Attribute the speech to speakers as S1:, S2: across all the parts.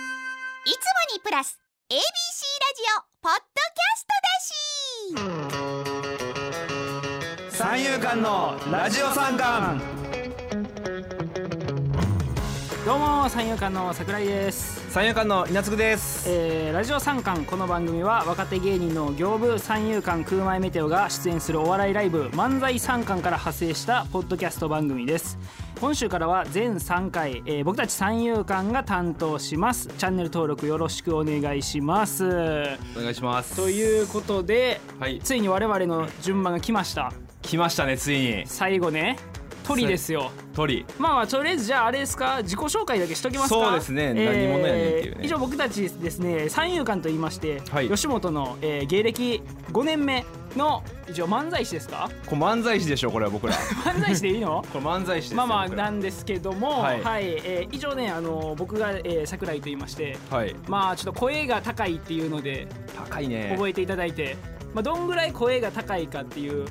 S1: いつもにプラス ABC ラジオポッドキャストだし
S2: 三遊間のラジオ三冠
S3: どうも三遊館の桜井です、
S2: 三遊間の稲津です
S3: えー、ラジオ三冠この番組は若手芸人の行部三遊館空前メテオが出演するお笑いライブ漫才三冠から派生したポッドキャスト番組です今週からは全3回、えー、僕たち三遊館が担当しますチャンネル登録よろしくお願いします
S2: お願いします
S3: ということで、
S2: はい
S3: ついに我々の順番が来ました
S2: 来ましたねついに
S3: 最後ね鳥ですよ
S2: 鳥
S3: まあまあとりあえずじゃああれですか自己紹介だけしときますか
S2: そうですね何者やねんっていうね
S3: 以上僕たちですね三遊間と言いまして、
S2: はい
S3: 吉本の、えー芸歴5年目の一応漫才師ですか
S2: これ漫才師でしょこれは 僕らこ
S3: 漫才師でいいの
S2: れ漫才師ですよ
S3: まあまあ
S2: 僕ら
S3: なんですけども
S2: は
S3: はいい、えー以上ねあの僕が、えー桜井と言いまして
S2: はい
S3: まあちょっと声が高いっていうので
S2: 高いね
S3: 覚えていただいて、まあ、どんぐらい声が高いかっていう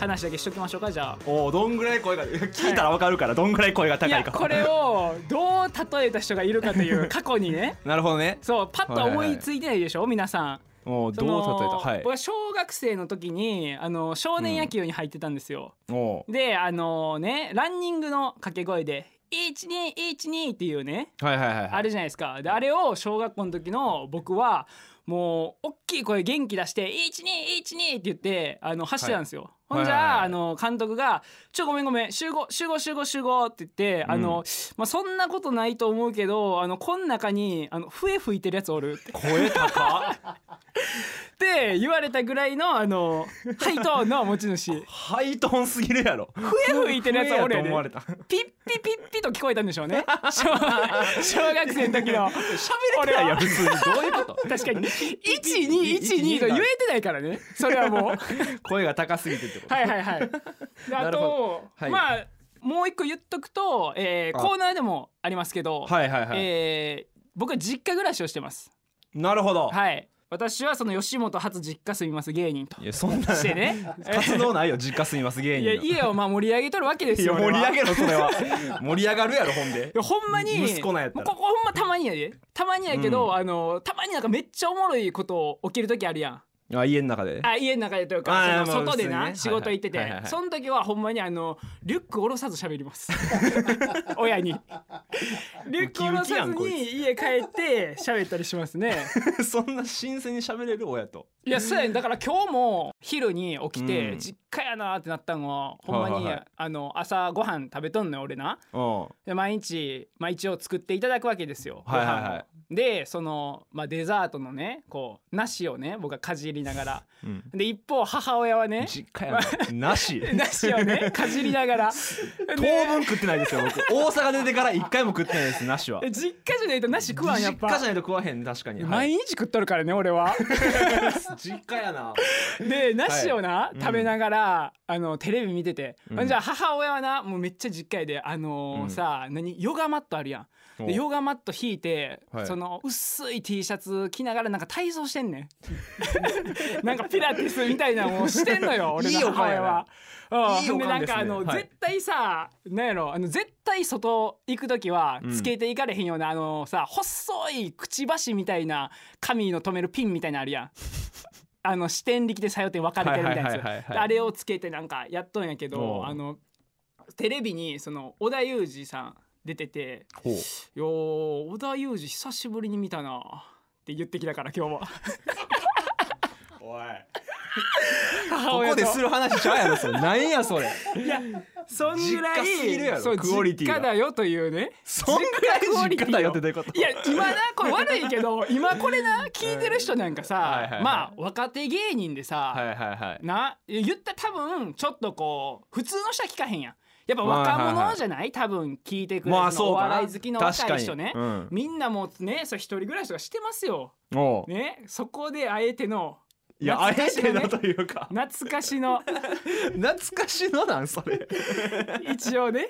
S3: 話だけしときましょうかじゃあ
S2: おおどんぐらい声が聞いたらわかるからどんぐらい声が
S3: い
S2: 高い
S3: や
S2: か
S3: これをどう例えた人がいるかという過去にね
S2: なるほどね
S3: そうパッとは思いついてないでしょ、皆さん
S2: もうど
S3: その
S2: う例えたはい
S3: 僕は小学生の時にあの少年野球に入ってたんですよ、
S2: おう
S3: であのねランニングの掛け声で「1212」っていうね
S2: はいはいはい
S3: あるじゃないですかであれを小学校の時の僕はもう大きい声元気出して「1212」って言ってあの走ってたんですよ、ほんじゃ、
S2: はいはいはい
S3: あの監督が「ちょごめんごめん集合集合集合集合」って言って、あのまあ、そんなことないと思うけどあのこん中にあの笛吹いてるやつおるって
S2: 声高
S3: って言われたぐらいのあのハイトーンの持ち主
S2: ハイトーンすぎるやろ
S3: 笛吹いてるやつは俺
S2: と
S3: やで
S2: 思われた喋
S3: ピッピピッピと聞こえたんでしょうね小 小学生の
S2: れて
S3: 時の
S2: ない
S3: 俺
S2: や
S3: は
S2: ん普通にどういう こと
S3: 確かに1212と言えてないからねそれ はもう
S2: 声が高すぎてってこと
S3: はいはいはいであ
S2: なるほ
S3: と、
S2: はい
S3: まあもう一個言っとくと、えー
S2: あ
S3: コーナーでもありますけど、
S2: はいはいはい
S3: えー僕は実家暮らしをしてます
S2: なるほど
S3: はい私はその吉本初実家住みます芸人と
S2: いやそんな
S3: してね
S2: 活動ないよ実家住みます芸
S3: い
S2: 人の
S3: や家をまあ盛り上げとるわけです
S2: いや
S3: よ
S2: 盛
S3: 俺
S2: り
S3: は
S2: 上げろそれは 盛り上がるやろほんで
S3: いやほんまに
S2: 息子なんやったら
S3: もうここほんまたまにやでたまにやけど、あのたまになんかめっちゃおもろいこと起きる時 あるやん
S2: あ家の中で
S3: あ家の中でという
S2: あー
S3: かそ
S2: まあ
S3: の外でな、
S2: 普通
S3: 仕
S2: にね
S3: 事行ってて、
S2: はいはいはいはい
S3: その時はほんまにあのリュック下ろさず喋ります 親 にリュック下ろさず
S2: ウキウキやんこい
S3: に家帰って喋ったりしますね
S2: そんな新鮮に喋れる親と
S3: いやそうやねだから今日も昼に起きて、
S2: うん
S3: 実家やなーってなったんはほんまに、
S2: はいはいはい
S3: あの朝ご飯食べとんのよ俺な
S2: うん
S3: で毎日、まあ、一応作っていただくわけですよ。
S2: はいはいはい
S3: ご飯をでその、まあ、デザートのねこう梨をね僕はかじりながら
S2: うん
S3: で一方母親はね
S2: 実家 やななし
S3: 梨を ねかじりながら
S2: 当
S3: で
S2: 分食ってないですよ僕大阪出てから一回も食ってないですなしは
S3: え実家じゃないと梨食わんやっぱ
S2: 実家じゃないと食わへん確かに、はい
S3: 毎日食っとるからね 俺は
S2: 実家やな
S3: で梨をな、
S2: うん
S3: 食べながら、あのテレビ見てて、
S2: うん
S3: じゃあ母親はなもうめっちゃ実家やであのー
S2: うん
S3: さ何ヨガマットあるやんでヨガマット引いて、
S2: はい
S3: その薄い T シャツ着ながらなんか体操してんねん なんかピラティスみたいなのをしてんの よ俺
S2: いいお
S3: の母
S2: 母や
S3: 親
S2: な
S3: は。
S2: い
S3: うん
S2: いお
S3: ほんで
S2: か
S3: なんん
S2: ですね
S3: かあの、
S2: はい
S3: 絶対さなんやろあの絶対外行く時は
S2: うん
S3: つけていかれへんような、あのさ細いくちばしみたいな髪の留めるピンみたいなのある やん。あの視点力でさよって分かれてるみたいな
S2: はいはいはい
S3: や
S2: はい
S3: つ
S2: はい
S3: であれをつけてなんかやっとんやけ
S2: お
S3: ど
S2: う
S3: あのテレビにその織田裕二さん出てて
S2: ほう
S3: 「よー織田裕二久しぶりに見たな」って言ってきたから今日は
S2: おい
S3: 母
S2: ここ
S3: 親と
S2: でする話ちゃうやろそれなんや それ
S3: いや そんぐら
S2: 実家すぎるやろ
S3: いそう
S2: クオリティが
S3: 実家だよというね
S2: そんぐらい実家だよってどういうこと
S3: いや今なこれ悪い けど今これな聞いてる人なんか
S2: はいはい
S3: さ
S2: はい
S3: まあ若手芸人でさ、
S2: はいはいはい
S3: な言ったら多分ちょっとこう普通の人は聞かへんやんやっぱ若
S2: はいはいはい
S3: 者じゃない、多分聞いてくれる、
S2: まあ
S3: その
S2: そう
S3: お
S2: かな
S3: 笑い好きの若い人ね
S2: 確、かにうん
S3: みんなもうねそれ一人暮らしとかしてますよ
S2: おう
S3: ねそこであえての
S2: いやあえ
S3: 懐かし
S2: て
S3: のね
S2: なという か
S3: 懐かしの
S2: 懐かしのなんそれ
S3: 一応ね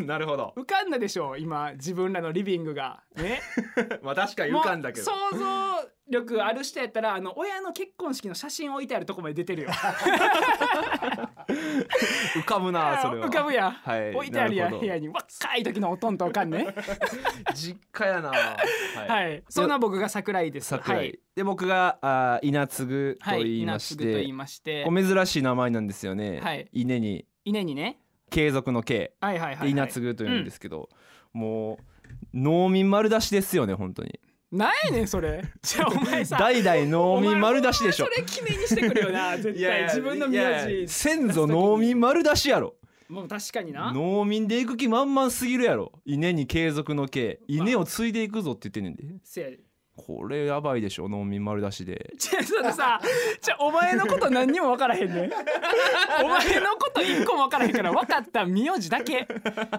S2: なるほど
S3: 浮 かんだでしょ今自分らのリビングがね
S2: まあ確かに
S3: もう
S2: 浮かんだけど
S3: 想像力ある人やったらあの親の結婚式の写真置いてあるとこまで出て るよ
S2: 浮かぶなそれは
S3: 浮かぶやん、
S2: はい
S3: 置いてあるや
S2: なる
S3: ん
S2: ほど
S3: 部屋に若い時のおとんとおか んね
S2: 実家やなはい
S3: はいそんな僕が桜井です
S2: 桜井、
S3: はい
S2: で僕があー稲継と
S3: はい、
S2: 言いまし
S3: 稲継と
S2: て、
S3: 言いまして
S2: これ珍しい名前なんですよね、
S3: はい
S2: 稲に
S3: 稲にね
S2: 継続の継
S3: はいはいはい、は
S2: で
S3: い、
S2: 稲継というんですけど、もう農民丸出しですよね本当に
S3: なんやねん それじゃあお前さ
S2: 代々農民丸出しでしょ
S3: お前それ記念にしてくるよな絶対自分の名字
S2: いや先祖農民丸出しやろ
S3: もう確かにな
S2: 農民で行く気満々すぎるやろ稲に継続の継
S3: まあ
S2: 稲を継いでいくぞって言ってんねんで
S3: せやで
S2: これやばいでしょ農民丸出しで
S3: ちょそれさちょお前のこと何にも分からへんねんお前のこと一個も分からへんから分かった名字だけ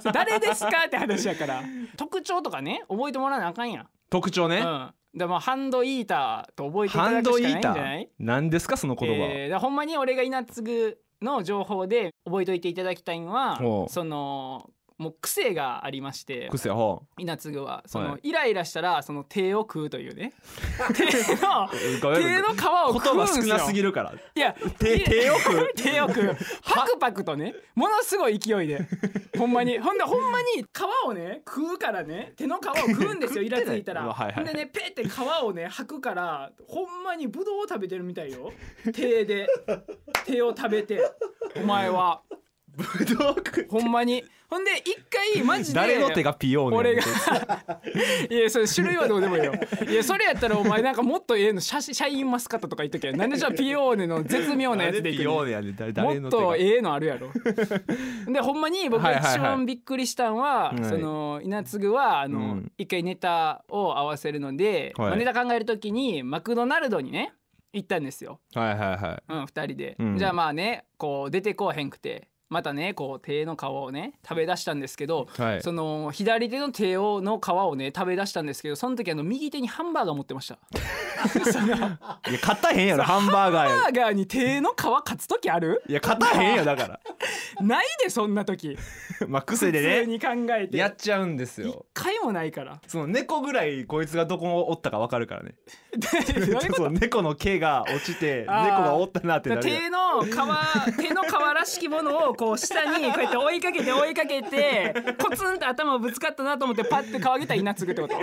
S3: それ誰ですかって話やから特徴とかね覚えてもらわなあかんやん
S2: 特徴ね、
S3: うん、でもハンドイーターと覚えていた
S2: ハ
S3: だ
S2: ン
S3: く
S2: ド
S3: し
S2: イー
S3: かないんじ
S2: タ
S3: ゃない
S2: ー何ですかその言葉、
S3: えーだからほんまに俺が稲継の情報で覚えておいていただきたいのは
S2: ほう
S3: そのもう癖がありまして
S2: 癖ほ
S3: 稲継はその、
S2: はい
S3: イライラしたらその手を食うという ね手の
S2: う
S3: 手の皮を
S2: 言
S3: 食うん
S2: 葉
S3: す
S2: 少
S3: よ
S2: なすぎるから
S3: いや
S2: 手手を食う
S3: 手を食うパクパクとねものすごい勢いでほんまにほんでほんまに皮をね食うからね手の皮を食うんで すよイラついたら、
S2: うわはいはい
S3: ほんでねペって皮をね吐くからほんまにブドウを食べてるみたいよ手で手を食べてお前は
S2: ブドウ食
S3: ほんまにほんで一回マジで
S2: 誰の手がピオーネ
S3: 俺がいやそれ種類はどうでもいいよいやそれやったらお前なんかもっとええのシャシシャインマスカットとか言っとけなんでじゃあピオーネの絶妙なやつでいく
S2: ピ
S3: の
S2: オーネやねん誰誰の
S3: もっ
S2: 手が
S3: とええのある やろでほんまに僕が一番びっくりしたんは,、
S2: はいはいはい
S3: その稲継はあの、
S2: うん
S3: 一回ネタを合わせるので、
S2: はい
S3: まあネタ考える時にマクドナルドにね行ったんですよ、
S2: はいはいはい
S3: うん、2人で、
S2: うん
S3: じゃあまあねこう出てこうへんくてまたねこう手の皮をね食べ出したんですけど、
S2: はい
S3: その左手の手をの皮をね食べ出したんですけどその時あの右手にハンバーガー持ってました。
S2: いや勝たへんやろハンバーガーや
S3: ハンバーガーに手の皮勝つ時ある
S2: いや勝たへんよだから
S3: ないでそんな時
S2: まあ癖
S3: 普通
S2: でね
S3: に考えて
S2: やっちゃうんです
S3: 一
S2: よ
S3: 回もない から。
S2: その猫ぐらいこいつがどこをおったかわかるからね
S3: どういうこと
S2: そう猫の毛が落ちて猫
S3: あー
S2: がおったなってなるやん
S3: 手の皮 手の皮らしきものをこう下にこうやって追いかけて追いかけてコツンと頭ぶつかったなと思ってパッて皮げた稲継ぐってこと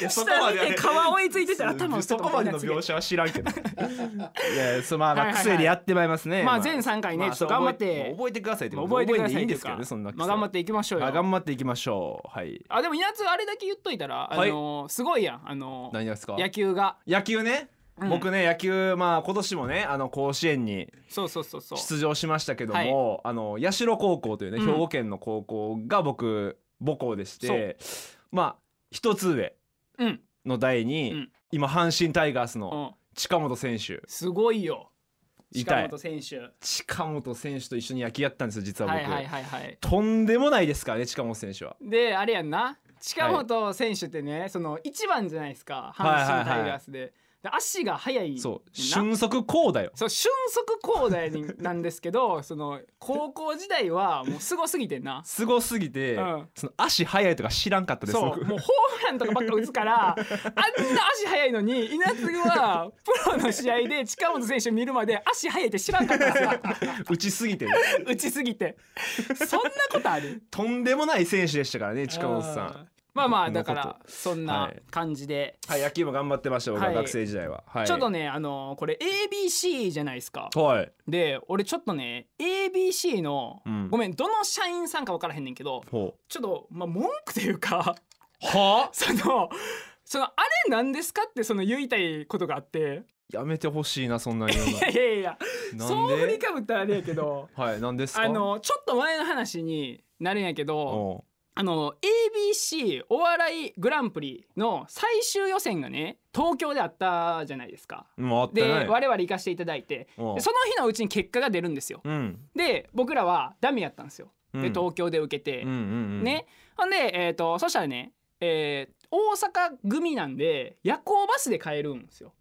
S2: いやそこ
S3: 下
S2: ま
S3: 見
S2: ではね
S3: て皮追いついてたら頭を
S2: そこまでの描写は知らん けどいやそうまあま
S3: はい
S2: あ
S3: はいはい
S2: 癖でやってまいりますね
S3: まあ全3回ね
S2: まあ
S3: ちょっと頑張って
S2: そう覚え覚えてくださいって
S3: まあ覚えてくださ
S2: 覚えていい
S3: い
S2: ん
S3: とい
S2: で
S3: う
S2: すけ
S3: か
S2: どねそんな癖
S3: まあ頑張っていきましょう
S2: まあ
S3: よ
S2: 頑張っていきましょうはい
S3: あでも稲継あれだけ言っといたらあのすごいやんあの
S2: 何ですか
S3: 野球が
S2: 野球ね
S3: うん
S2: 僕ね野球まあ今年もねあの甲子園に
S3: そうそうそうそう
S2: 出場しましたけどもあの社高校というね
S3: うん
S2: 兵庫県の高校が僕母校でしてまあ一つ上
S3: うん
S2: の代
S3: う
S2: に
S3: ん
S2: 今阪神タイガース
S3: う
S2: の
S3: ん
S2: 近本選手
S3: すごいよ
S2: 痛い
S3: 近本選手
S2: 近本選手と一緒に野球やったんですよ実は
S3: はいはい
S2: 僕
S3: はいはい
S2: とんでもないですからね近本選手は
S3: であれやんな近本選手ってね、その一番じゃないですか阪神タイガースで,、で足が速い
S2: そう
S3: な
S2: 俊足高だよ
S3: そう俊足高大になんですけど その高校時代はもうすごすぎてんな。
S2: すごすぎて
S3: うん
S2: その足速いとか知らんかったです
S3: そう
S2: 僕
S3: もうホームランとかばっか打つからあんな足速いのに稲継はプロの試合で近本選手見るまで足速いって知らんかったん ですよ
S2: 打ちすぎてね
S3: 打ちすぎてそんなことある
S2: とんでもない選手でしたからね近本さ
S3: あー
S2: ん
S3: まあまあ
S2: こんなこ
S3: だか
S2: と
S3: らそんな感じで、
S2: はい野球も頑張ってました僕は
S3: はい
S2: 学生時代ははい
S3: ちょっとねあのこれ ABC じゃないですか
S2: はい
S3: で俺ちょっとね ABC の、
S2: うん
S3: ごめんどの社員さんか分からへんねんけど
S2: ほ
S3: ちょっと、まあ、文句というか
S2: うはあ
S3: そのそのあれなんですかってその言いたいことがあって
S2: やめてほしいなそんなに言う の
S3: いやいやいや
S2: なん
S3: そう振り
S2: で
S3: かぶったらあれや けど
S2: はいなんですか
S3: あのちょっと前の話になるんやけど
S2: お
S3: あの ABC お笑いグランプリの最終予選がね東京であったじゃないですか。
S2: うもうあった
S3: で
S2: ね
S3: 我々行かせていただいて
S2: おう
S3: でその日のうちに結果が出るんですよ。
S2: うん
S3: で僕らはダメやったんですよ。
S2: うん
S3: で東京で受け
S2: うんう
S3: て、
S2: んうん
S3: ねほんで、えー、とそしたらね、えー大阪組なんで夜行バスで帰るんですよ。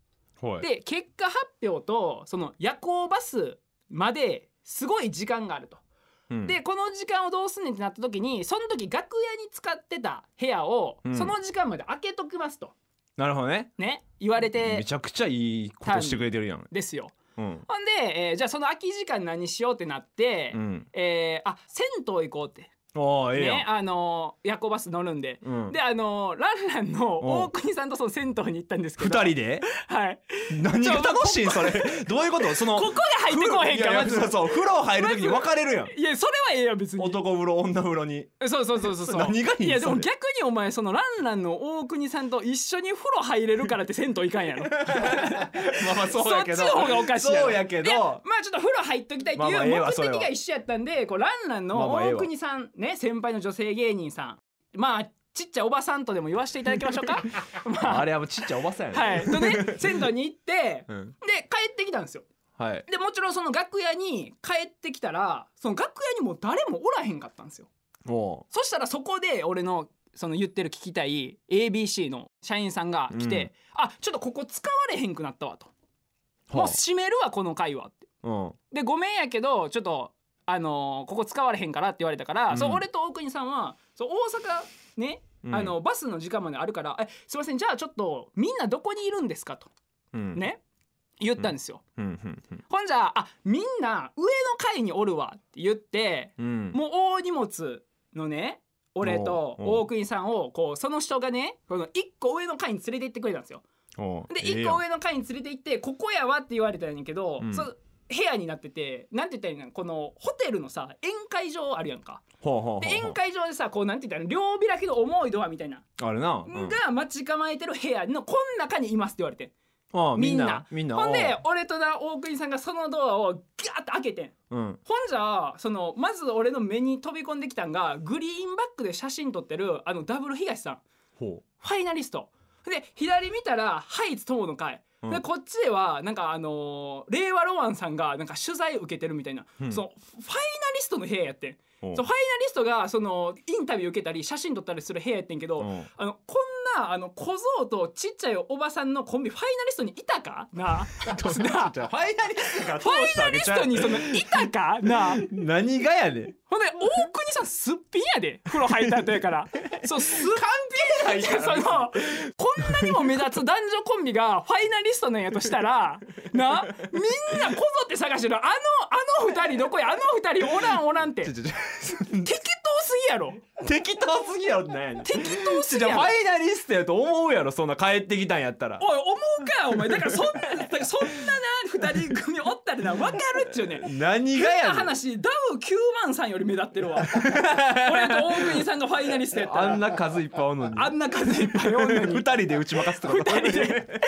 S2: はい
S3: で結果発表とその夜行バスまですごい時間があると。
S2: うん
S3: でこの時間をどうすんねんってなった時にその時楽屋に使ってた部屋を
S2: うん
S3: その時間まで開けときますと。
S2: なるほどね
S3: ね言われ
S2: め
S3: て
S2: ちゃくちゃいいことしてくれてるやん
S3: ですよ
S2: うん
S3: ほんで、えーじゃあその空き時間何しようってなって、
S2: うん
S3: えーあ銭湯行こうって
S2: ああええやん、
S3: ねあのー夜行バス乗るんで、
S2: うん
S3: であのーランランの
S2: おう
S3: 大国さんとその銭湯に行ったんですけ
S2: 二
S3: ど
S2: 人 で
S3: はい
S2: 何
S3: ち
S2: が
S3: ょ
S2: 楽しいんそれどういうことその
S3: ここで入ってこへん
S2: いや
S3: か
S2: いや
S3: まず
S2: そうそう風呂入る時に分かれるやん
S3: いやそれはええやん別に
S2: 男風呂女風呂に
S3: そうそうそうそうそう
S2: 何がいいん
S3: やでも
S2: それ
S3: 逆にお前そのランランの大国さんと一緒に風呂入れるからって銭湯行かん やろ
S2: まあまあそうやけど
S3: そっちの方がおかしいやろ
S2: そうやけ
S3: いやま
S2: ど
S3: あちょっと風呂入っときたいってい
S2: まあまあええ
S3: う
S2: わ
S3: 目
S2: それは
S3: 的が一緒やったんでこうランラン
S2: まあ
S3: の
S2: まあええ
S3: 大
S2: わ
S3: 国さんね先輩の女性芸人さんまあちっちゃいおばさんとでも言わせていただきましょ うかま
S2: あ
S3: あ
S2: れはもうちっちゃいおばさんやね
S3: はいとね銭湯に行って
S2: うん
S3: で帰ってきたんですよ
S2: はい
S3: でもちろんその楽屋に帰ってきたらその楽屋にもう誰もおらへんかったんですよ
S2: も
S3: そしたらそこで俺のその言ってる聞きたい ABC の社員さんが来て「あちょっとここ使われへんくなったわ」と「
S2: う
S3: もう閉めるわこの会は」って。
S2: は
S3: で「ごめんやけどちょっと、あのーここ使われへんから」って言われたから、
S2: うん
S3: そう俺と大国さんはそう大阪ね、
S2: うん
S3: あのバスの時間まであるから「えすいませんじゃあちょっとみんなどこにいるんですか?」と
S2: うんうん
S3: ね言ったんですよ。
S2: うんうんうん
S3: ほんじゃあみんな上の階におるわ」って言って
S2: うん
S3: もう大荷物のね俺と
S2: おうおう
S3: 大国さんをこうその人がねこの1個上の階に連れて行ってくれたんですよ。
S2: おう
S3: で
S2: ええ
S3: 1
S2: やん
S3: 個上の階に連れて行って「ここやわ」って言われたんやけど、
S2: うん
S3: そ部屋になっててなんて言ったらいいのこのホテルのさ宴会場あるやんか。
S2: ほうほうほうほう
S3: で宴会場でさこうなんて言ったらいいの両開きの重いドアみたいな、
S2: あるなうん
S3: が待ち構えてる部屋のこん中にいますって言われて
S2: ああみ
S3: みん
S2: ん
S3: な
S2: なみんな
S3: ほんで
S2: おう
S3: 俺とな大国さんがそのドアをガーッと開けてん。
S2: うん
S3: ほんじゃそのまず俺の目に飛び込んできたんがグリーンバックで写真撮ってるあのダブル東さん
S2: ほ
S3: ファイナリストで左見たらハイツ友の会、
S2: うん
S3: でこっちではなんかあのー令和ロマンさんがなんか取材受けてるみたいな、
S2: うん
S3: そのファイナリストの部屋やってん
S2: うおう
S3: そうファイナリストがそのインタビュー受けたり写真撮ったりする部屋やってんけど、
S2: うん
S3: あのこんなあの小僧とちっちゃいおばさんのコンビファイナリストにいたかなあなあ
S2: じゃあファイナリストから
S3: ファイナリストにそのいたかなあ
S2: 何がやねん
S3: ほんで大国さんすっぴんやで風呂入った後 やからそうすっぴんやでそのこんなにも目立つ男女コンビがファイナリストなんやとしたらなみんなこぞって探してるあのあの二人どこやあの二人おらんおらんって
S2: ちょ
S3: 適
S2: ちょち
S3: 当すぎやろ
S2: ょ適当すぎやろってなんやねん
S3: 適当すぎ
S2: じゃ
S3: や
S2: あ
S3: ろ
S2: ファイナリストやと思うやろそんな帰ってきたんやったら
S3: おい思うかお前だからそんなだからそんなな二人組おったらな分かるっちゅうねん
S2: 何が
S3: 変
S2: や
S3: な
S2: ねん
S3: 話ダウ9万さんより目立って るわ俺と大国さんがファイナリストやったら
S2: あんな数いっぱいおんのに
S3: あんな数いっぱいおんのに
S2: 二人で打ち負かすってこと
S3: 二人で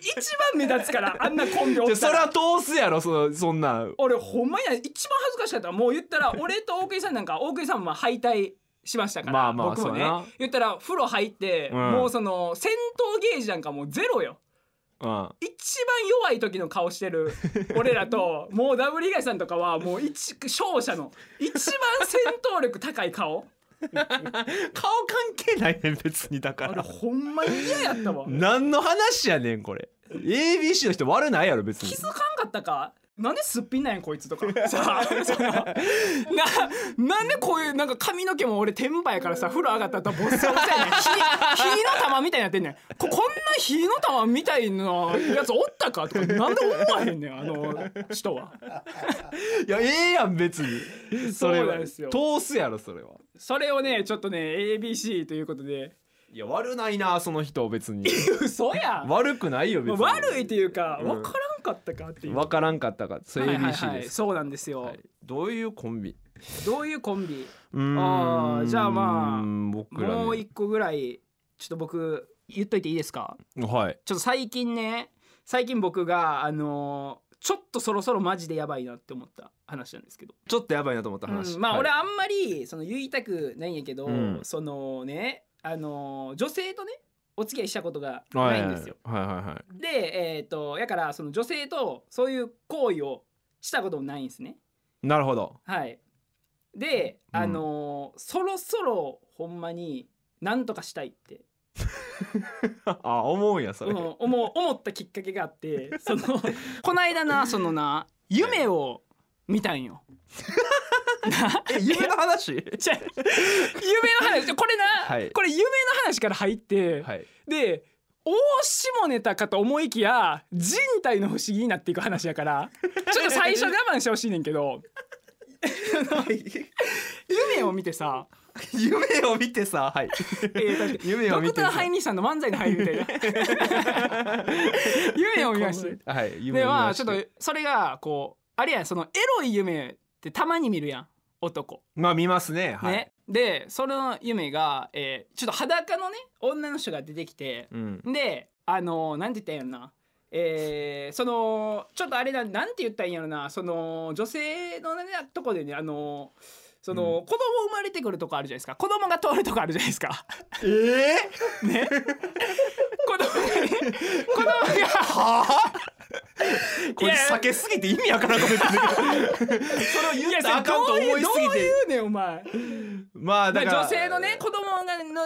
S3: 一番目立つからあんなコンビおっ
S2: じゃあ
S3: た
S2: そ
S3: ら
S2: ら通すやろそそんなん
S3: 俺ほんまや一番恥ずかしかったもう言ったら俺と大国さんなんか大国さんもまあ敗退しましたから
S2: まあまあ
S3: 僕もね
S2: そうやな
S3: 言ったら風呂入って、
S2: うん
S3: もうその戦闘ゲージなんかもうゼロよ
S2: うん
S3: 一番弱い時の顔してる俺ら ともうダブル東さんとかはもう一勝者の一番戦闘力高い顔
S2: 顔関係ないねん別にだか
S3: あれ
S2: ら
S3: ほんまに嫌やったわ
S2: 何の話やねんこれ ABC の人悪ないやろ別に
S3: 気づかんかったかなんですっぴんなんやこいつとかさあそのななんでこういうなんか髪の毛も俺天パやからさ風呂上がった後ボッサボサやねん火火の玉みたいになってんねんここんな火の玉みたいなやつおったかとかなんで思わへんねんあの人は。
S2: いやええやん別に それ
S3: そうな
S2: は
S3: んですよ
S2: 通すやろそれは
S3: それをねちょっとね ABC ということで
S2: いや悪ないなその人別 に
S3: 嘘やん
S2: 悪くないよ別に
S3: 悪いっていうか
S2: うん
S3: 分からんかったかっていう。
S2: 分からんかったかそれ
S3: はいはい
S2: ABC
S3: は
S2: で
S3: い、
S2: す
S3: そうなんですよ、
S2: はいどういうコンビ
S3: どういうコンビ
S2: うーん
S3: あーじゃあまあ
S2: 僕ら、ね、
S3: もう一個ぐらいちょっと僕言っといていいですか
S2: はい
S3: ちょっと最近ね最近僕があのーちょっとそろそろマジでやばいなって思った話なんですけど、
S2: ちょっとやばいなと思った話、
S3: うんまあ
S2: はい
S3: 俺あんまりその言いたくないんやけど、
S2: うん
S3: そのねあのー女性とねお付き合いしたことがないんですよ。
S2: はいはいはい
S3: でえっ、とやからその女性とそういう行為をしたこともないんですね。
S2: なるほ ど
S3: はい。で、
S2: うん
S3: あのーそろそろほんまになんとかしたいって
S2: あ思うんやそれ、
S3: うん、思う思ったきっかけが あってそのこの間なそのな夢を見たんよ。
S2: え夢の 話
S3: じゃあ夢の話これな、
S2: はい
S3: これ夢の話から入って、
S2: はい
S3: で大下ネタかと思いきや人体の不思議になっていく話やからちょっと最初我慢してほしいねんけど夢を見てさ、
S2: 夢を見てさはい
S3: えーだって
S2: 夢
S3: ド
S2: を見
S3: ク
S2: て
S3: ターハイニーさんの漫才の入りみたい な夢を見まして
S2: はい夢
S3: で
S2: を見
S3: まあ
S2: ま
S3: ち
S2: し
S3: ょ
S2: て
S3: っとそれがこうあれやそのエロい夢ってたまに見るやん男、
S2: まあ見ますねはい
S3: ねでその夢が、えーちょっと裸のね女の人が出てきて
S2: うん
S3: であのーなんて言ったんやろなえーそのちょっとあれだなんて言ったんやろなその女性のねとこでねあのーその、子供生まれてくるとこあるじゃないですか子供が通るとこあるじゃないで すか
S2: ええ
S3: 子供がね子供が
S2: はあこれ
S3: いや
S2: 酒すぎて意味わからんこと言って るけどそれを言ったらあかんと思いすぎ
S3: どう
S2: て
S3: いうねんお前
S2: まあだから
S3: 女性のね子供が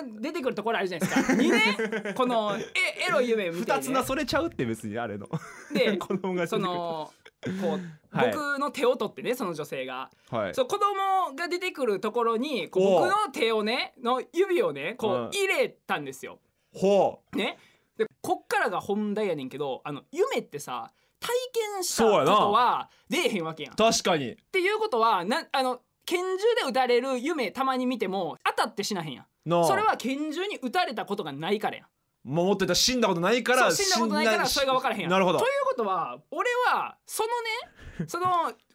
S3: の出てくるところあるじゃないですかにねこのえエロい夢みたい
S2: 二つ
S3: な、
S2: なそれちゃうって別にあれの
S3: で
S2: 子供が出て
S3: そ
S2: くる
S3: のこう、
S2: はい
S3: 僕の手を取ってねその女性が、
S2: はい
S3: そう子供が出てくるところにこう
S2: おう
S3: 僕の手をねの指をね
S2: う
S3: こ
S2: ん
S3: う入れたんですよ。
S2: ほう
S3: ねでこっからが本題やねんけどあの夢ってさ体験した
S2: そうや
S3: こ
S2: な
S3: とは出えへんわけやん。っ
S2: 確かに
S3: ていうことはなあの拳銃で撃たれる夢たまに見ても当たって死なへんやん。
S2: なあ
S3: それは拳銃に撃たれたことがないからやん
S2: まあもっと言ったら死んだことないから
S3: そう死んだことないからそれが分からへんやん
S2: なるほど
S3: ということは俺はその ねその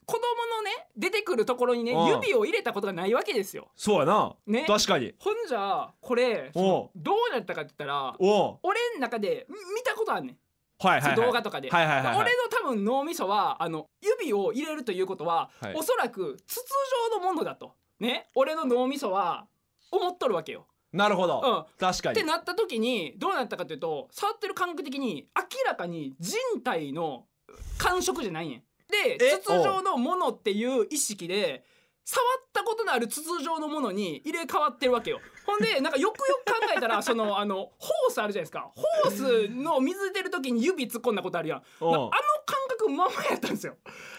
S3: 子供のね出てくるところにね
S2: うん
S3: 指を入れたことがないわけですよ
S2: そうやな、
S3: ね
S2: 確かに
S3: ほんじゃこれそ
S2: お
S3: の
S2: う
S3: どうなったかって言ったら
S2: おう
S3: 俺の中でみ見たことあんねん、
S2: はいはい、はい、
S3: 動画とかで、
S2: はいはいはいはい
S3: 俺の多分脳みそはあの指を入れるということは、
S2: はい
S3: おそらく筒状のものだとね俺の脳みそは思っとるわけよ
S2: なるほど、
S3: うん
S2: 確か
S3: って
S2: に
S3: なった時にどうなったかというと触ってる感覚的に明らかに人体の感触じゃないねんで
S2: え
S3: 筒状のものっていう意識で触ったことのある筒状のものに入れ替わってるわけよほんでなんかよくよく考えたらそのあのホースあるじゃないですかホースの水出る時に指突っ込んだことあるやん
S2: うん
S3: なあの感覚まんまやったんですよ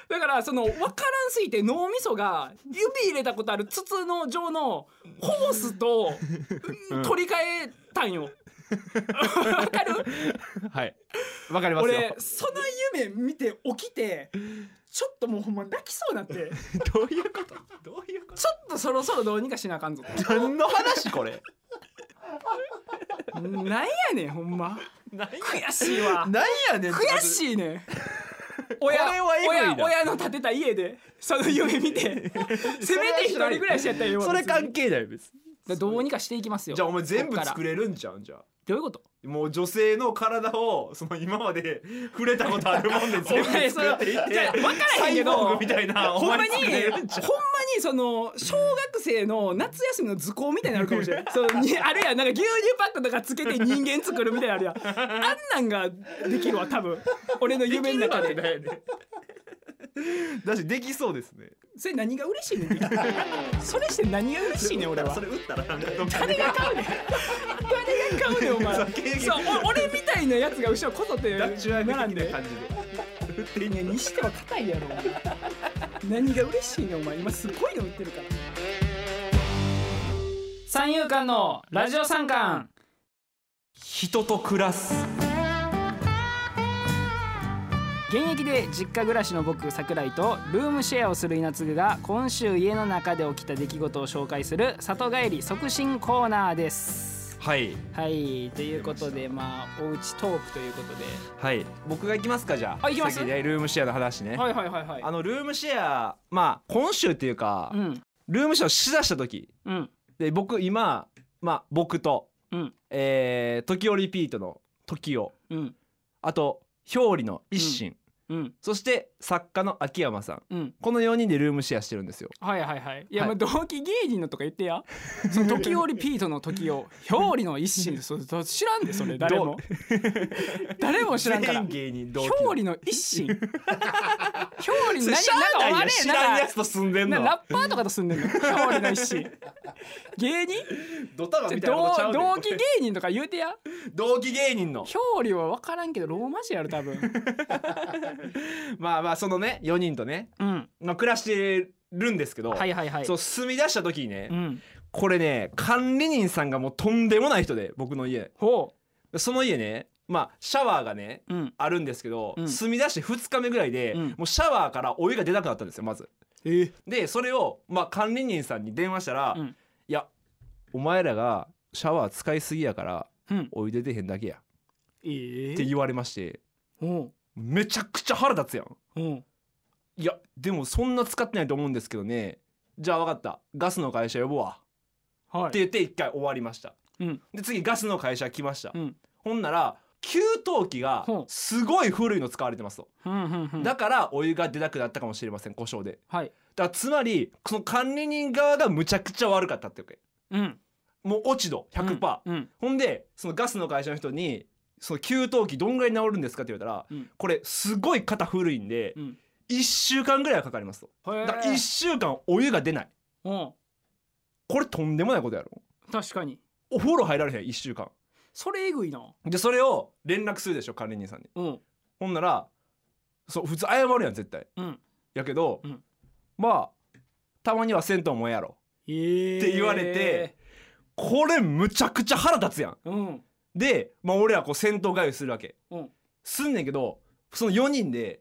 S3: だからその分からんすぎて脳みそが指入れたことある筒の状のホースと
S2: うん
S3: 取り替え たんよわかる
S2: はいわかりますよ
S3: 俺その夢見て起きてちょっともうほんま泣きそうになって
S2: どういうことどういうこ
S3: ちょっとそろそろどうにかしなあかんぞ
S2: と何の話これ
S3: なんやねんほんま
S2: 何や
S3: 悔しいわ
S2: 何やねん
S3: 悔
S2: い
S3: しいねん親
S2: これはエグいな
S3: 親親の建てた家でその夢見てせめて一人暮らしやったらええわ
S2: それ
S3: 別に
S2: 関係ない別に
S3: だからどうにかしていきますよ
S2: じゃあお前全部
S3: こっから
S2: 作れるんじゃんじゃあ
S3: どういうこと
S2: もう女性の体をその今まで 触れたことあるもんで全
S3: お前
S2: 部
S3: そ
S2: 作
S3: れ
S2: っていって
S3: じゃあ分からへん
S2: サ
S3: け
S2: イ
S3: ど
S2: ボーグみたいなお
S3: ほんま
S2: 前
S3: に
S2: 作
S3: ほん
S2: れ
S3: ま
S2: るん
S3: に
S2: じゃん
S3: その小学生の夏休みの図工みたいになるか もしれないそのにあるやんなんか牛乳パックとかつけて人間作るみたいなのある やんあんなんができるわ多分俺の夢の中で
S2: だしできそうですね
S3: それ何が嬉しいねんそれして何が嬉しいねん俺は
S2: それ打ったらなんかどっか
S3: 誰が買うねん誰が買うねん お前
S2: ふざけんな
S3: そうお俺みたいなやつが後ろこそって
S2: ダッチワーク
S3: 並ん
S2: 的な感
S3: で
S2: じで打っていい
S3: いやにしては硬いやろお前何が嬉しいねんお前今すごいの売ってるから三遊間のラジオ三冠
S2: 人と暮らす
S3: 現役で実家暮らしの僕桜井とルームシェアをする稲継が今週家の中で起きた出来事を紹介する里帰り促進コーナーです
S2: はい
S3: はいということでまあおうちトークということで
S2: はい僕が行きますかじゃあ
S3: あ行きます
S2: さっきねルームシェアの話ね、
S3: いはいはいは
S2: あのルームシェアまあ今週っていうか、
S3: うん
S2: ルームシェアをしだした時
S3: うん
S2: で僕今まあ僕と、
S3: うん
S2: えー、時をリピートの時を
S3: うん
S2: あと表裏の一心、
S3: うん
S2: そして作家の秋山さん
S3: うん
S2: この4人でルームシェアしてるんですよ
S3: はいはいはい。いや、
S2: はい
S3: まあ同期芸人のとか言ってや。その時折ピートの時 を表裏の一心そそ知らんでそれ誰も誰も知らんから。表
S2: 全員芸人同期
S3: 裏の一 心。表裏の何
S2: それ知ら
S3: なん
S2: ない
S3: か
S2: や
S3: あ
S2: ん
S3: れ
S2: 知らん
S3: な
S2: や
S3: ん
S2: つ
S3: か。
S2: と住んでん
S3: な
S2: の
S3: ラッパーとかと住んでんの表裏の一心芸人
S2: ドタバみたいなことちゃ
S3: 同
S2: うねん
S3: 同期芸人とか言うてや
S2: 同期芸人の
S3: 表裏は分からんけどローマ字やろ多分
S2: まあまあそのね4人とね、
S3: うん
S2: まあ、暮らしてるんですけど、
S3: はいはいはい
S2: そう住み出した時にね、
S3: うん
S2: これね管理人さんがもうとんでもない人で僕の家
S3: ほ
S2: その家ねまあシャワーがね
S3: うん
S2: あるんですけど、
S3: うん
S2: 住み出して2日目ぐらいで、
S3: うん
S2: もうシャワーからお湯が出なくなったんですよまず。
S3: え
S2: でそれを、まあ、管理人さんに電話したら「
S3: うん
S2: いやお前らがシャワー使いすぎやから
S3: うん
S2: お湯出てへんだけや」
S3: えー
S2: って言われまして
S3: おう
S2: めちゃくちゃ腹立つやん。
S3: おう
S2: いやでもそんな使ってないと思うんですけどねじゃあ分かったガスの会社呼ぶわ
S3: はい
S2: って言って一回終わりました
S3: うん
S2: で次ガスの会社来ました、
S3: うん
S2: ほんなら給湯器が
S3: ほう
S2: すごい古いの使われてますと、
S3: うんうんうん
S2: だからお湯が出なくなったかもしれません故障で
S3: はい
S2: だからつまりその管理人側がむちゃくちゃ悪かったってわけ
S3: うん
S2: もう落ち度100%、
S3: うん
S2: ほんでそのガスの会社の人にその給湯器どんぐらい治るんですかって言われたら、
S3: うん
S2: これすごい肩古いんで
S3: うんうん
S2: 1週間ぐらいはかかりますと
S3: へー
S2: だから1週間お湯が出ない
S3: おう
S2: これとんでもないことやろ
S3: 確かに
S2: お風呂入られへん1週間
S3: それえぐいな
S2: でそれを連絡するでしょ管理人さんに
S3: うん
S2: ほんならそう普通謝るやん絶対
S3: うん
S2: やけど、
S3: うん
S2: まあたまには銭湯もええやろ
S3: えー
S2: って言われてこれむちゃくちゃ腹立つやん
S3: うん
S2: で、まあ、俺はこう銭湯通いするわけ
S3: うん
S2: すんねんけどその4人で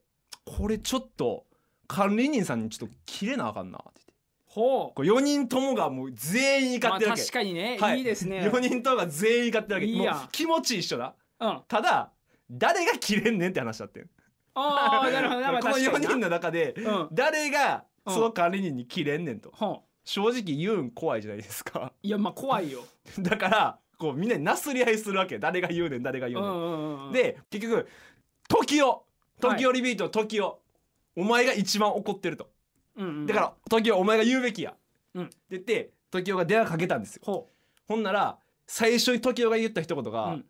S2: これちょっと管理人さんにちょっと切れなあかんなって言って
S3: ほ
S2: こ
S3: う
S2: う4人ともがもう全員怒ってる
S3: ま
S2: わ
S3: あ、
S2: け、
S3: 確かにね、
S2: はい
S3: い、いですね
S2: 4人ともが全員怒ってるわけ
S3: いいやん
S2: もう気持ち一緒だ
S3: うん
S2: ただ誰が切れんねんって話だってん
S3: あ あなるほどな、まあ、
S2: この
S3: 確か
S2: 4
S3: にな
S2: 人の中で
S3: うん
S2: 誰が
S3: うん
S2: その管理人に切れんねんと
S3: ほう
S2: 正直言うん怖いじゃないですか
S3: いやまあ怖いよ
S2: だからこうみんなになすり合いするわけ誰が言うねん誰が言
S3: う
S2: うんねん、
S3: うんうんうん
S2: で結局時を時をリビートの時をお前が一番怒ってると
S3: うんうん
S2: だから時をお前が言うべきや、
S3: うん
S2: って言って時をが電話かけたんですよ
S3: ほ
S2: ほんなら最初に時をが言った一言
S3: う、
S2: が「
S3: うん、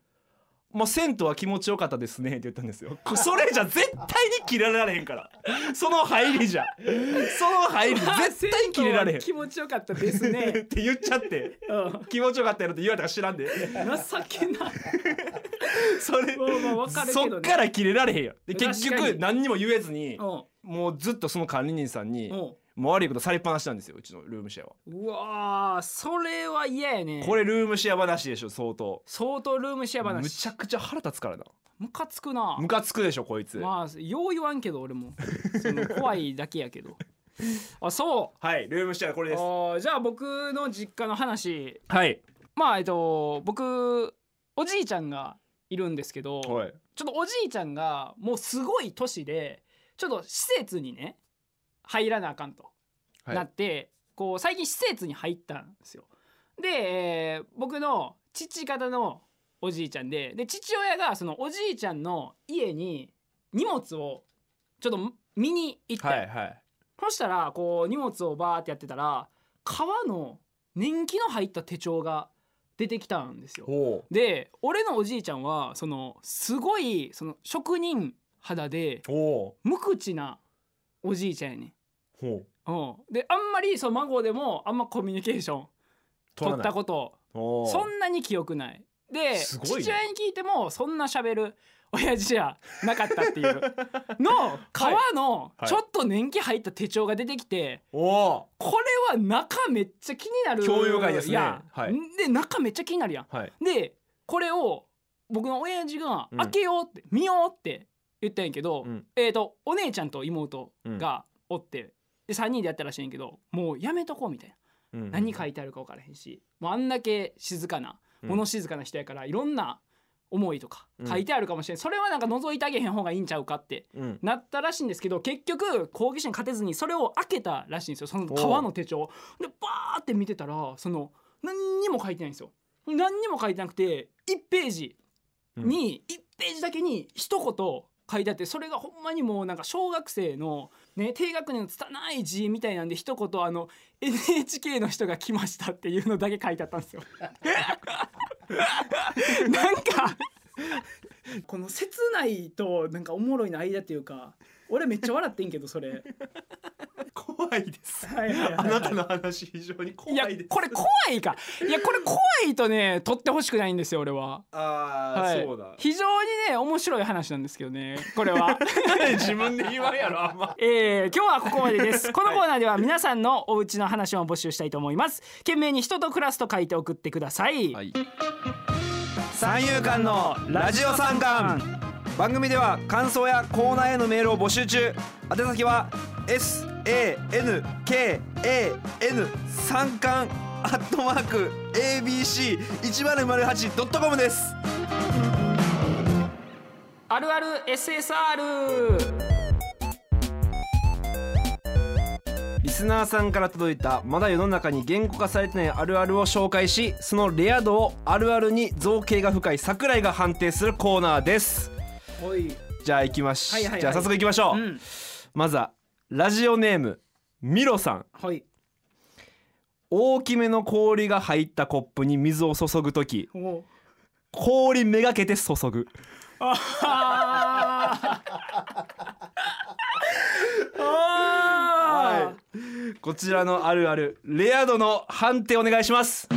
S2: まあ、銭湯は気持ちよかったですねって言ったんですよこそれじゃ絶対に切れられへんからその入りじゃその入 り絶対に切れられへん
S3: 気持ちよかったです
S2: っ
S3: ね、
S2: て言っちゃって
S3: うん、
S2: 気持ちよかったやろって言われたか知らんで
S3: 情 けない
S2: それ、
S3: まあまあわかるけどね
S2: そっから切れられへんやんで結
S3: 確か
S2: 局
S3: に
S2: 何にも言えずに
S3: うん
S2: もうずっとその管理人さんに
S3: うん
S2: もう悪いことされっぱなしなんですようちのルームシェアは、
S3: うわーそれは嫌やね
S2: これルームシェア話でしょ相当
S3: 相当ルームシェア話
S2: むちゃくちゃ腹立つからな
S3: ムカつくな
S2: ムカつくでしょこいつ、
S3: まあよう言わんけど 俺もその怖いだけやけどあそ
S2: はいルームシェアこれ
S3: うあ
S2: です
S3: ーじゃあ僕の実家の話
S2: はい
S3: まあえっと僕おじいちゃんがいるんですけどちょっ
S2: はい
S3: とおじいちゃんがもうすごい年でちょっと施設にね入らなあかんと
S2: はい
S3: なってこう最近施設に入ったんですよ。で、えー僕の父方のおじいちゃんでで父親がそのおじいちゃんの家に荷物をちょっと見に行って、
S2: はいはい
S3: そしたらこう荷物をバーってやってたら革の年季の入った手帳が出てきたんですよ。
S2: ほ
S3: で俺のおじいちゃんはそのすごいその職人肌で
S2: うほう
S3: 無口なおじいちゃんやねん。
S2: ほう
S3: うん、であんまりその孫でもあんまコミュニケーション取ったこと
S2: と
S3: そんなに記憶ないで、
S2: すごい
S3: 父
S2: ね
S3: 親に聞いてもそんな喋る親父じゃなかったっていう の川の
S2: はい
S3: ちょっと年季入った手帳が出てきて、
S2: おお
S3: これは中めっちゃ気になる
S2: 共有会ですね
S3: やん
S2: はい
S3: で中めっちゃ気になるやん
S2: ーはい
S3: でこれを僕の親父が
S2: うん
S3: 開けようって、見ようって言ったんやけど、
S2: うん
S3: えー、とお姉ちゃんと妹がおって、で3人でやったらしいんやけどもうやめとこうみたいな、何書いてあるか分からへんしもうあんだけ静かな
S2: うん
S3: 物静かな人やからいろんな思いとか書いてあるかもしれん、それはなんか覗いてあげへん方がいいんちゃうかって
S2: うん
S3: なったらしいんですけど結局好奇心勝てずにそれを開けたらしいんですよその革の手帳でバーって見てたらその何にも書いてないんですよ何にも書いてなくて1ページに、1ページだけに一言書いてあってそれがほんまにもうなんか小学生の、ね、低学年の拙い字みたいなんで一言あの NHK の人が来ましたっていうのだけ書いてあったんです よ。なんかこの切ないとなんかおもろいの間っていうか俺めっちゃ笑ってんけどそれ。
S2: 怖いです
S3: はいはいはい
S2: あなたの話非常に
S3: いや
S2: 怖いです
S3: これ怖いかいやこれ怖いとね取ってほしくないんですよ俺は。
S2: ああ、
S3: はい
S2: そうだ
S3: 非常にね面白い話なんですけどねこ れは。
S2: 自分で言わんやろあんま
S3: えー今日はここま でです。このコーナーでは皆さんのお家の話を募集したいと思います。懸命に人と暮らすと書いて送ってください。
S2: い三遊間のラジオ三冠番組では感想やコーナーへのメールを募集中宛先は sankan 三冠アットマーク abc1008.com です
S3: あるある SSR
S2: リスナーさんから届いたまだ世の中に言語化されてないあるあるを紹介しそのレア度をあるあるに造形が深い桜井が判定するコーナーです
S3: おい
S2: じゃあ行きまし、
S3: はいはいはい
S2: じゃあ早速行きましょう、
S3: うん
S2: まずはラジオネームミロさん
S3: はい
S2: 大きめの氷が入ったコップに水を注ぐとき
S3: お
S2: 氷めがけて注ぐ
S3: あーあー
S2: こちらのあるあるレア度の判定お願いします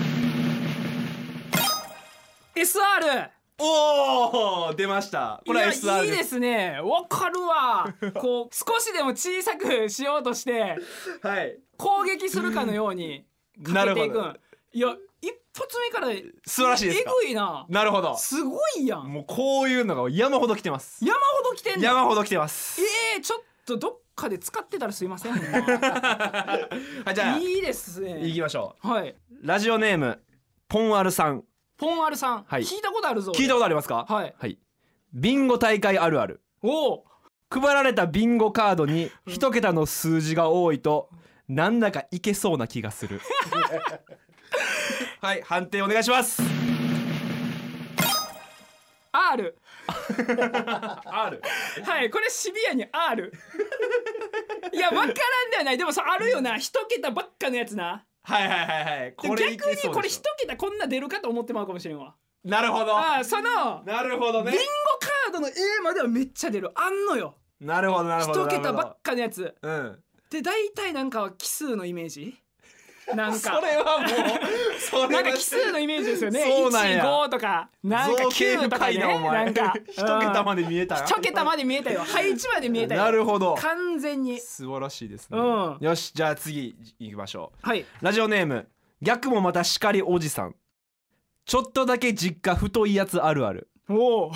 S3: SR
S2: おお出ましたこれはい SR
S3: やいいですねわかる わこう少しでも小さくしようとして
S2: はい
S3: 攻撃するかのように
S2: なる
S3: かけて
S2: ほ
S3: いく
S2: ど
S3: んいや一発目から
S2: 素晴らしいです
S3: え
S2: か
S3: ぐいな
S2: なるほど
S3: すごいやん
S2: もうこういうのが山ほど来てます
S3: 山ほど来てんの
S2: 山ほど来てます
S3: えー、ちょっとどっかで使ってたらすいませんほんま
S2: はい じゃあ
S3: いいですね
S2: 行きましょ
S3: はい。
S2: うラジオネームポンアルさん
S3: ポンアルさん、
S2: はい
S3: 聞いたことあるぞ。
S2: 聞いたことありますか
S3: はい
S2: ビンゴ大会あるある
S3: おお。
S2: 配られたビンゴカードに一桁の数字が多いとなんだかいけそうな気がす るはい判定お願いします R
S3: R。はい。これシビアに R。いや、わからんではない。でもさ、あるよな。一桁ばっかのやつな。
S2: はいはいはいはい
S3: で
S2: これいけ
S3: 逆
S2: そうでしょ
S3: にこれ一桁こんな出るかと思ってまうかもしれんわ。
S2: なるほど
S3: ああ、その、
S2: なるほど
S3: ビン
S2: ね
S3: ゴカードの A まではめっちゃ出る。あんのよ。
S2: なるほどなるほど
S3: 一桁ば
S2: なる
S3: っかのやつ。
S2: ほどうん
S3: で、大体なんかは奇数のイメージなんか。
S2: それはもうそれは
S3: なんか奇数のイメージですよね。
S2: そうなんや
S3: 1、5とか、なんか
S2: 造形
S3: 9とか
S2: 深
S3: ね。
S2: いなお前
S3: なんか
S2: 一桁まで見えた
S3: 一桁まで見えたよ配置まで見えたよ
S2: なるほど
S3: 完全に
S2: 素晴らしいですね、
S3: うん
S2: よしじゃあ次行きましょ
S3: はい
S2: うラジオネーム逆もまた叱りおじさんちょっとだけ実家太いやつあるある
S3: おお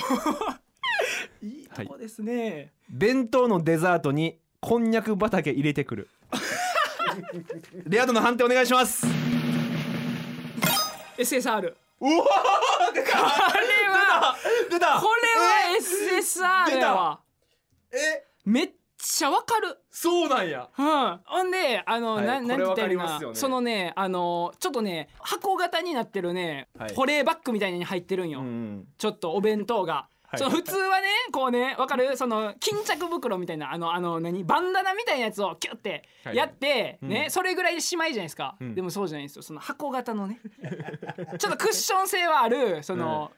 S3: いいとこですね、
S2: 弁当のデザートにこんにゃく畑入れて くるレア度の判定お願いします
S3: SSR
S2: うわー出た
S3: あれは
S2: 出た
S3: これは SSR
S2: 出
S3: やわ
S2: たえ
S3: めっちゃわかる
S2: そうなんや
S3: うん、ほんであの、
S2: はい
S3: ななんて言ったらいい
S2: これわかりま
S3: か
S2: すよ
S3: な
S2: ね
S3: そのねあのちょっとね箱型になってるね、
S2: はい
S3: 保冷バッグみたいなのに入ってるんよ、
S2: うん
S3: ちょっとお弁当が。
S2: はい
S3: その普通はねこうねわかるその巾着袋みたいなあのあの何バンダナみたいなやつをキュッてやって、
S2: うん
S3: ねそれぐらいでしまいじゃないですか、
S2: うん
S3: でもそうじゃないんですよその箱型のね ちょっとクッション性はあるその、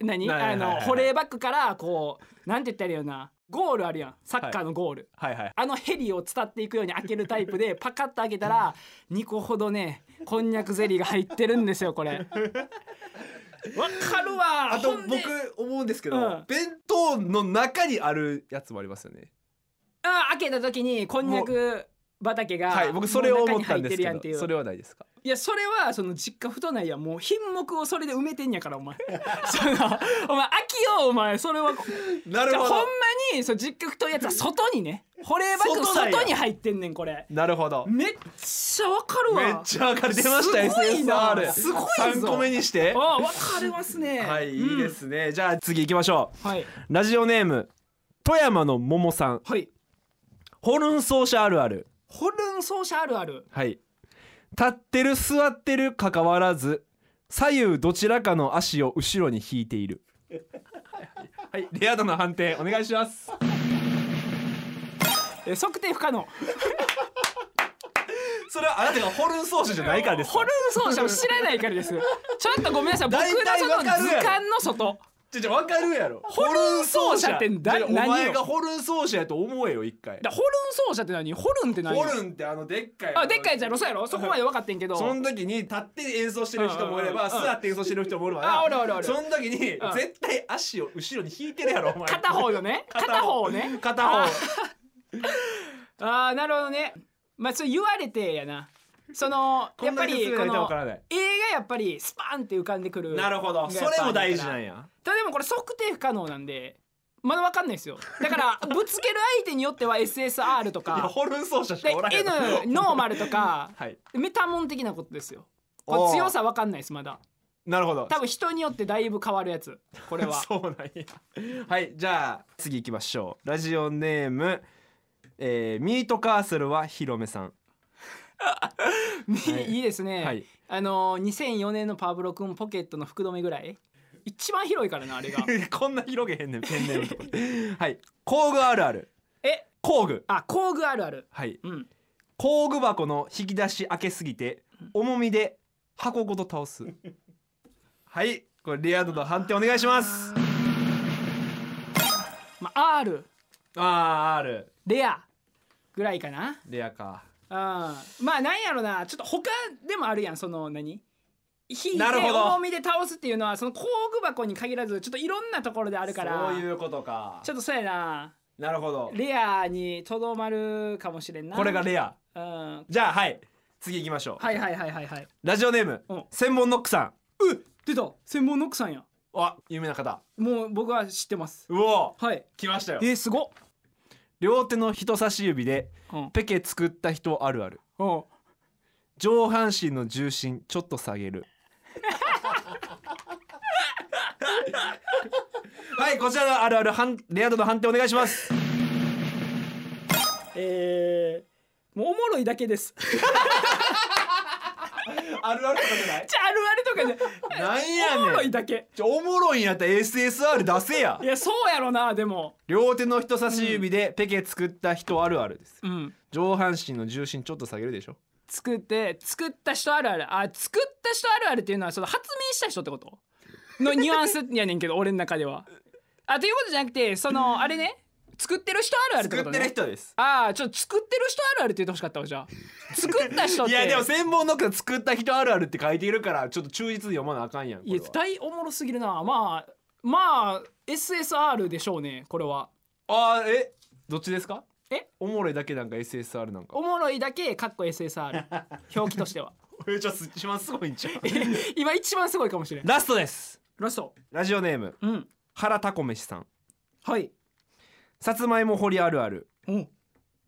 S3: 何
S2: はいはいは
S3: あ
S2: いはい
S3: の保冷バッグからこうなんて言ったらいいよなゴールあるやんサッカーのゴール、
S2: はいはい
S3: あのヘリを伝っていくように開けるタイ プでパカッと開けたら2個ほどねこんにゃくゼリーが入ってるんですよこれ。わかるわ
S2: あと
S3: ほんで
S2: 僕思うんですけど、
S3: うん
S2: 弁当の中にあるやつもありますよね
S3: あ開けた時にこんにゃく畑が
S2: はい僕それを
S3: もう中
S2: 思っ
S3: に
S2: た
S3: 入
S2: んです
S3: てるや
S2: け
S3: んってい
S2: ど
S3: う
S2: それはないですか
S3: いやそれはその実家太ないやんもう品目をそれで埋めてんやからお 前そのお前飽きようお前それは
S2: な
S3: じゃあほんまにそう実家太いやつは外にね保冷バッグの
S2: 外なんや
S3: 外に入ってんねんこれ
S2: なるほど
S3: めっちゃわかるわ
S2: めっちゃ分かれてました
S3: すごいな
S2: SSR
S3: すごいぞ
S2: 三個目にして
S3: あ分かれますね。
S2: はいいいで、すね、じゃあ次行きましょ
S3: うん。はい。
S2: うラジオネーム富山の桃さん
S3: はい。
S2: ホルン奏者あるある
S3: ホルン奏者あるある。
S2: はい立ってる座ってるかかわらず左右どちらかの足を後ろに引いているはいレア度の判定お願いします
S3: え測定不可能。
S2: それはあなたがホルン奏者じゃないからです
S3: ホルン奏者を知らないからです。ちょっとごめんなさい。僕の
S2: 大体
S3: その
S2: わかる
S3: 図
S2: やろ
S3: 鑑の外。
S2: じゃじゃ分かるやろホ
S3: ルン奏者ってだ
S2: ルン奏者じゃあお前がホルン奏者やと思えよ一回
S3: だホルン奏者って何？ホルンって何？
S2: ホルンってあのでっかい
S3: あでっかいじゃろそうやろ。そこまで分かってんけど。
S2: その時に立って演奏してる人もいれ
S3: うん
S2: ば
S3: うんうんうん
S2: 座って演奏してる人もおるわな
S3: あおるおるおる
S2: その時に絶
S3: ん
S2: 対足を後ろに引いてるやろお前
S3: 片方よね。片方ね。
S2: 片方
S3: ああーなるほどね。まあそれ言われてやな。その
S2: こ
S3: や
S2: ん
S3: っ
S2: だ
S3: ぱ
S2: け
S3: り
S2: 説明な
S3: こ
S2: いとわ
S3: の
S2: からない
S3: 映やっぱりスパンって浮かんでくる
S4: なるほど
S3: が
S4: そ
S3: やっぱ
S4: れ
S3: あ
S4: も
S3: るから
S4: 大事なんや
S3: ただでもこれ測定不可能なんでまだわかんないですよだからぶつける相手によっては SSR と
S4: いや
S3: か
S4: ホルン奏者しか
S3: で
S4: おらへん
S3: N ノーマルとか
S4: はい
S3: メタモン的なことですよこ
S2: おー
S3: れ強さわかんないですまだ
S4: なるほど
S3: 多分人によってだいぶ変わるやつこれは
S4: そうなんや
S2: はいじゃあ次行きましょうラジオネーム、えーミートカーソルはひろめさん
S3: いいですね、
S2: はい
S3: あのー2004年のパブロ君ポケットの福留ぐらい一番広いからなあ れが
S2: こんな広げへんねんペンネームとかはい工具あるある
S3: え
S2: 工具
S3: あ工具あるある
S2: はい
S3: うん
S2: 工具箱の引き出し開けすぎて重みで箱ごと倒 すはいこれレア度の判定お願いします
S3: まあ R
S2: あーある
S3: レアぐらいかな
S2: レアか
S3: うんまあなんやろなちょっと他でもあるやんその何引いて
S2: なるほど
S3: 重みで倒すっていうのはその工具箱に限らずちょっといろんなところであるから
S2: そういうことか
S3: ちょっとそうやな
S2: なるほど
S3: レアにとどまるかもしれんな
S2: これがレア
S3: ア、うん、
S2: じゃあはい次行きましょう、
S3: はいはいはいはいはい
S2: ラジオネーム、
S3: うん
S2: 専門ノックさ
S3: え出た専門ノックさんや
S2: んあ有名な方
S3: もう僕は知ってます
S2: うお
S3: はい
S4: 来ましたよ
S3: えすごっ
S2: 両手の人差し指で
S3: うん
S2: ペケ作った人あるある
S3: うん
S2: 上半身の重心ちょっと下げ るはいこちらのあるある判レア度の判定お願いします
S3: えー、もうおもろいだけです じ
S2: あるあるとかじゃない
S3: ゃああるあるとかで
S2: なんやねん
S3: おもろいだけ
S2: ちょおもろいんやったら SSR 出せや
S3: いやそうやろなでも
S2: 両手の人差し指でペケ作った人あるあるです
S3: うん
S2: 上半身の重心ちょっと下げるでしょ
S3: 作って作った人あるあるあ作った人あるあるっていうのはその発明した人ってことのニュアンスやねんけど 俺の中ではあということじゃなくてそのあれね作ってる人あるあるってこ
S2: 作
S3: と
S2: って
S3: ね
S2: る人です
S3: ああちょっと作ってる人あるあるって言ってほしかったわじゃあ作った人 っ
S2: い
S3: て
S2: やでも専門の作った人あるあるって書いているからちょっと忠実に読まなあかんやんこ
S3: い
S2: れ
S3: や
S2: は
S3: 大おもろすぎるなまあまあ SSR でしょうねこれは
S2: あーえどっちですか
S3: え
S2: おもろいだけなんか SSR なんか
S3: おもろいだけかっこ SSR 表記としては
S2: えじゃあ一番すごいんちゃう
S3: 今一番すごいかもしれん
S2: ラストです
S3: ラスト
S2: ラジオネーム
S3: うん
S2: 原タコ飯さん
S3: はい
S2: さつまいも掘りあるある
S3: うん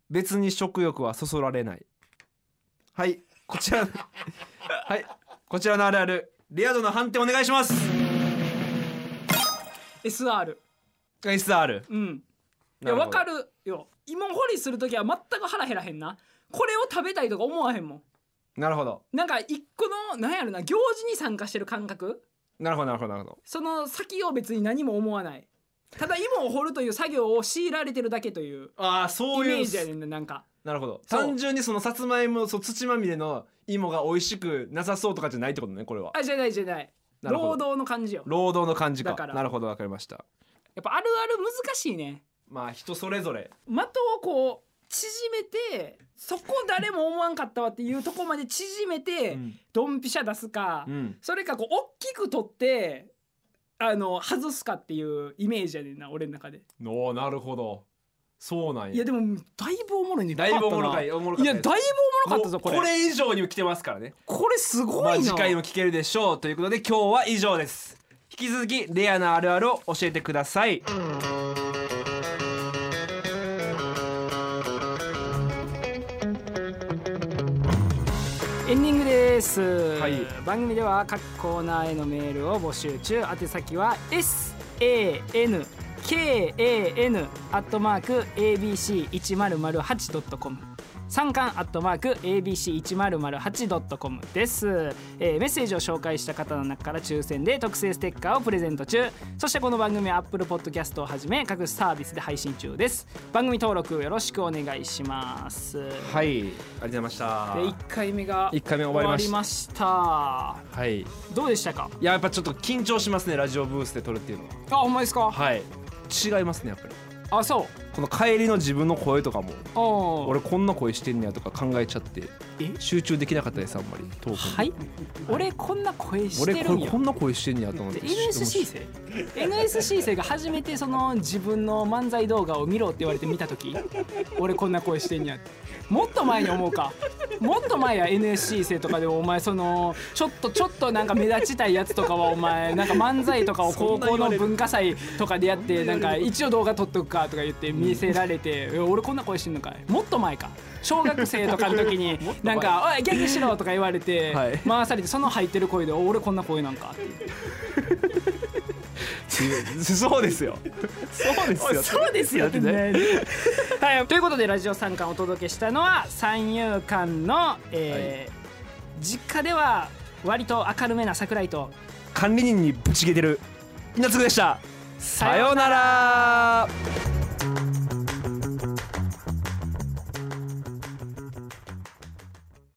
S2: 別に食欲はそそられないはいこちらはいこちらのあるあるレア度の判定お願いします
S3: SR
S2: SR
S3: うんい
S2: な
S3: や
S2: るほど
S3: わかるよ芋掘りする時は全く腹減らへんなこれを食べたいとか思わへんもん
S2: なるほど
S3: なんか一個のなんやろな行事に参加してる感覚
S2: なるほどなるほどなるほど
S3: その先を別に何も思わないただ芋を掘るという作業を強いられてるだけという
S2: ああそ
S3: イ
S2: う
S3: メ
S2: い
S3: ー
S2: う
S3: ジやねんななんか
S2: なるほど
S3: そう
S2: 単純にそのさつまいもそう土まみれの芋が美味しくなさそうとかじゃないってことねこれは
S3: あじゃないじゃない
S2: なるほど
S3: 労働の感じよ
S2: 労働の感じか
S3: だから
S2: なるほどわかりました
S3: やっぱあるある難しいね
S2: まあ人それぞれ
S3: 的をこう縮めてそこ誰も思わんかったわっていうとこまで縮めて、
S2: うん
S3: ドンピシャ出すか、
S2: うん
S3: それかこう大きく取ってあの外すかっていうイメージやねんな俺の中で
S2: おーなるほどそうなん
S3: いや
S2: や
S3: でもだいぶおもろいね
S2: だいぶおもろか
S3: い
S2: いおもろか
S3: い
S2: った
S3: やだ
S2: で
S3: いぶ
S2: す
S3: おもろかったぞこれ
S2: もうこれ以上に来てますからね
S3: これすごいな、
S2: まあ次回も聞けるでしょうということで今日は以上です引き続きレアなあるあるを教えてください
S3: エンディングです、
S2: い
S3: 番組では各コーナーへのメールを募集中宛先は sankan アットマーク abc1008.com 三冠アットマーク abc1008.com です、えーメッセージを紹介した方の中から抽選で特製ステッカーをプレゼント中そしてこの番組は Apple Podcast をはじめ各サービスで配信中です番組登録よろしくお願いします
S2: はいありがとうございました
S3: で1回目が
S2: 一回目終わりました
S3: た
S2: はいい
S3: どうでしたか
S2: ややっぱちょっと緊張しますねラジオブースで撮るっていうのは
S3: あほんまですか
S2: はい違いますねやっぱり
S3: あそう
S2: この帰りの自分の声とかも
S3: ああ
S2: 俺こんな声してんねやとか考えちゃって
S3: え
S2: 集中できなかったですあんまりトークに
S3: はい俺こんな声して
S2: 俺こ
S3: るん
S2: れ
S3: や
S2: こんな声してんねやと思っ
S3: で
S2: て
S3: NSC 生 NSC 生が初めてその自分の漫才動画を見ろって言われて見た時俺こんな声してんやってもっと前に思うかもっと前や NSC 生とかでもお前そのちょっとちょっとなんか目立ちたいやつとかはお前なんか漫才とか を高校の文化祭とかでやってなんか一応動画撮っとくかとか言って見せられていや俺こんな声してんのかいもっと前か小学生とかの時 になんか「おいギャグしろ」とか言われて
S2: はい
S3: 回されてその入ってる声で「お俺こんな声なんか」っていう
S5: そうですよそうですよ
S3: そうですよってね。 はい、ということでラジオ三冠をお届けしたのは三遊館の、えー実家では割と明るめな桜井と
S2: 管理人にぶち切れてる稲津でしたさようなら